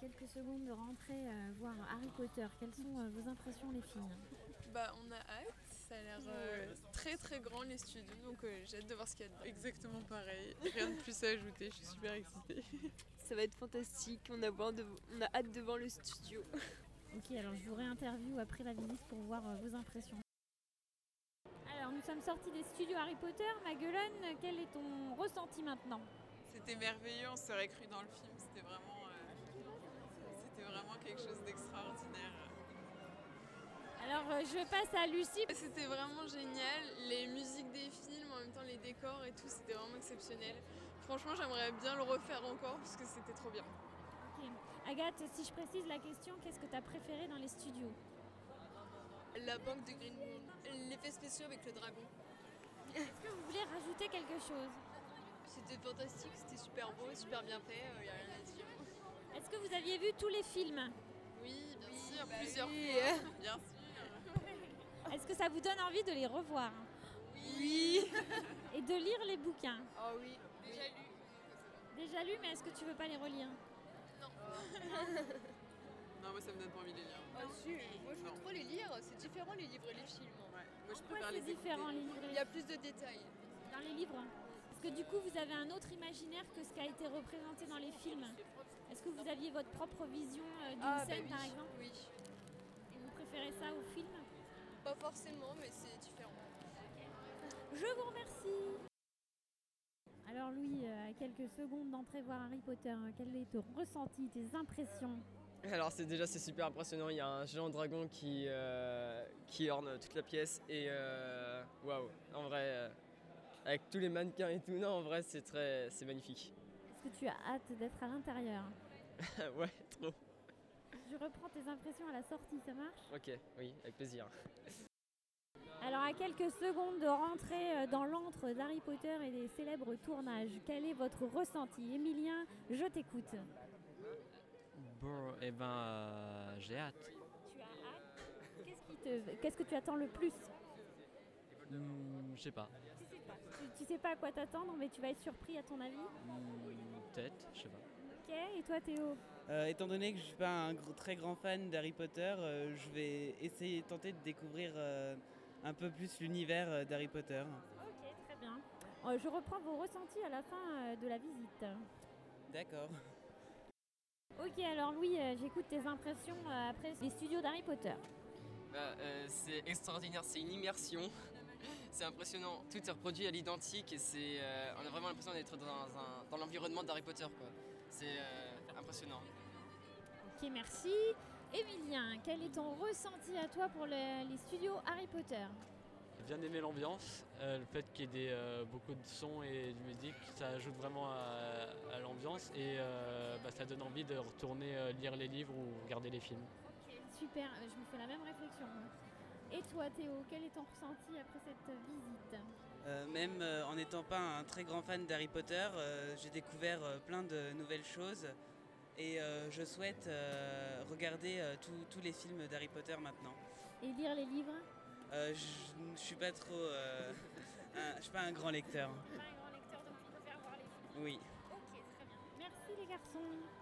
quelques secondes de rentrer euh, voir Harry Potter. Quelles sont euh, vos impressions, les filles Bah on a hâte, ça a l'air euh, très très grand les studios, donc euh, j'ai hâte de voir ce qu'il y a dedans. Exactement pareil, rien de plus à ajouter, je suis super excitée. Ça va être fantastique, on a, besoin de- on a hâte de voir le studio. Ok, alors je vous réinterview après la visite pour voir euh, vos impressions. Alors, nous sommes sortis des studios Harry Potter. Maguelone, quel est ton ressenti maintenant C'était merveilleux, on serait cru dans le film, c'était vraiment, euh, c'était vraiment quelque chose d'extraordinaire. Alors, euh, je passe à Lucie. C'était vraiment génial, les musiques des films, en même temps les décors et tout, c'était vraiment exceptionnel. Franchement j'aimerais bien le refaire encore parce que c'était trop bien. Ok. Agathe, si je précise la question, qu'est-ce que tu as préféré dans les studios La banque de Green Moon. L'effet spéciaux avec le dragon. Est-ce que vous voulez rajouter quelque chose C'était fantastique, c'était super beau, super bien fait, il n'y a rien à dire. Est-ce que vous aviez vu tous les films Oui, bah bien sûr, bah plusieurs fois. Bien Est-ce que ça vous donne envie de les revoir Oui Et de lire les bouquins Oh oui Déjà lu. Déjà lu, mais est-ce que tu veux pas les relire Non, moi ça me donne pas envie de les lire. Ah si, Moi je veux Non. trop les lire, c'est différent les livres et les films. Ouais. Moi je Pourquoi préfère c'est les différent les écouter. livres et Il les y a plus de détails. dans les livres Parce que du coup, vous avez un autre imaginaire que ce qui a été représenté dans les films. Est-ce que vous aviez votre propre vision euh, d'une Ah, bah scène, oui. par exemple Oui. Et vous préférez ça au film Pas forcément, mais c'est différent. Je vous remercie Alors Louis, euh, à quelques secondes d'entrer voir Harry Potter, euh, quel est ton ressenti, tes impressions Alors c'est déjà c'est super impressionnant, il y a un géant dragon qui, euh, qui orne toute la pièce et euh, waouh, en vrai, euh, avec tous les mannequins et tout, non en vrai c'est très, c'est magnifique. Est-ce que tu as hâte d'être à l'intérieur ouais, trop. Je reprends tes impressions à la sortie, ça marche Ok, oui, avec plaisir. Alors à quelques secondes de rentrer euh, dans l'antre d'Harry Potter et des célèbres tournages, quel est votre ressenti Émilien, je t'écoute. Bon, eh ben, euh, j'ai hâte. Tu as hâte Qu'est-ce qui te- qu'est-ce que tu attends le plus Hmm, je sais pas. tu, tu sais pas à quoi t'attendre, mais tu vas être surpris à ton avis. Hmm, Peut-être, je sais pas. Ok, et toi Théo Euh, étant donné que je suis pas un gr- très grand fan d'Harry Potter, euh, je vais essayer tenter de découvrir euh, un peu plus l'univers euh, d'Harry Potter. Ok, très bien. Euh, je reprends vos ressentis à la fin euh, de la visite. D'accord. Ok, alors Louis, euh, j'écoute tes impressions euh, après les studios d'Harry Potter. Bah, euh, c'est extraordinaire, c'est une immersion. C'est impressionnant, tout est reproduit à l'identique et c'est, euh, on a vraiment l'impression d'être dans, un- dans l'environnement d'Harry Potter quoi. C'est euh, impressionnant. Ok, merci. Émilien, quel est ton ressenti à toi pour le- les studios Harry Potter J'ai Bien aimé l'ambiance, euh, le fait qu'il y ait des, euh, beaucoup de sons et de musique, ça ajoute vraiment à, à l'ambiance et euh, bah, ça donne envie de retourner euh, lire les livres ou regarder les films. Super, euh, je me fais la même réflexion. Et toi Théo, quel est ton ressenti après cette visite Euh, même euh, en n'étant pas un très grand fan d'Harry Potter, euh, j'ai découvert euh, plein de nouvelles choses et euh, je souhaite euh, regarder euh, tous- tous les films d'Harry Potter maintenant. Et lire les livres Euh, je ne suis pas trop, euh, un- je suis pas un grand lecteur. hein. Pas un grand lecteur, donc je préfère voir les films. Oui. Ok, très bien. Merci les garçons.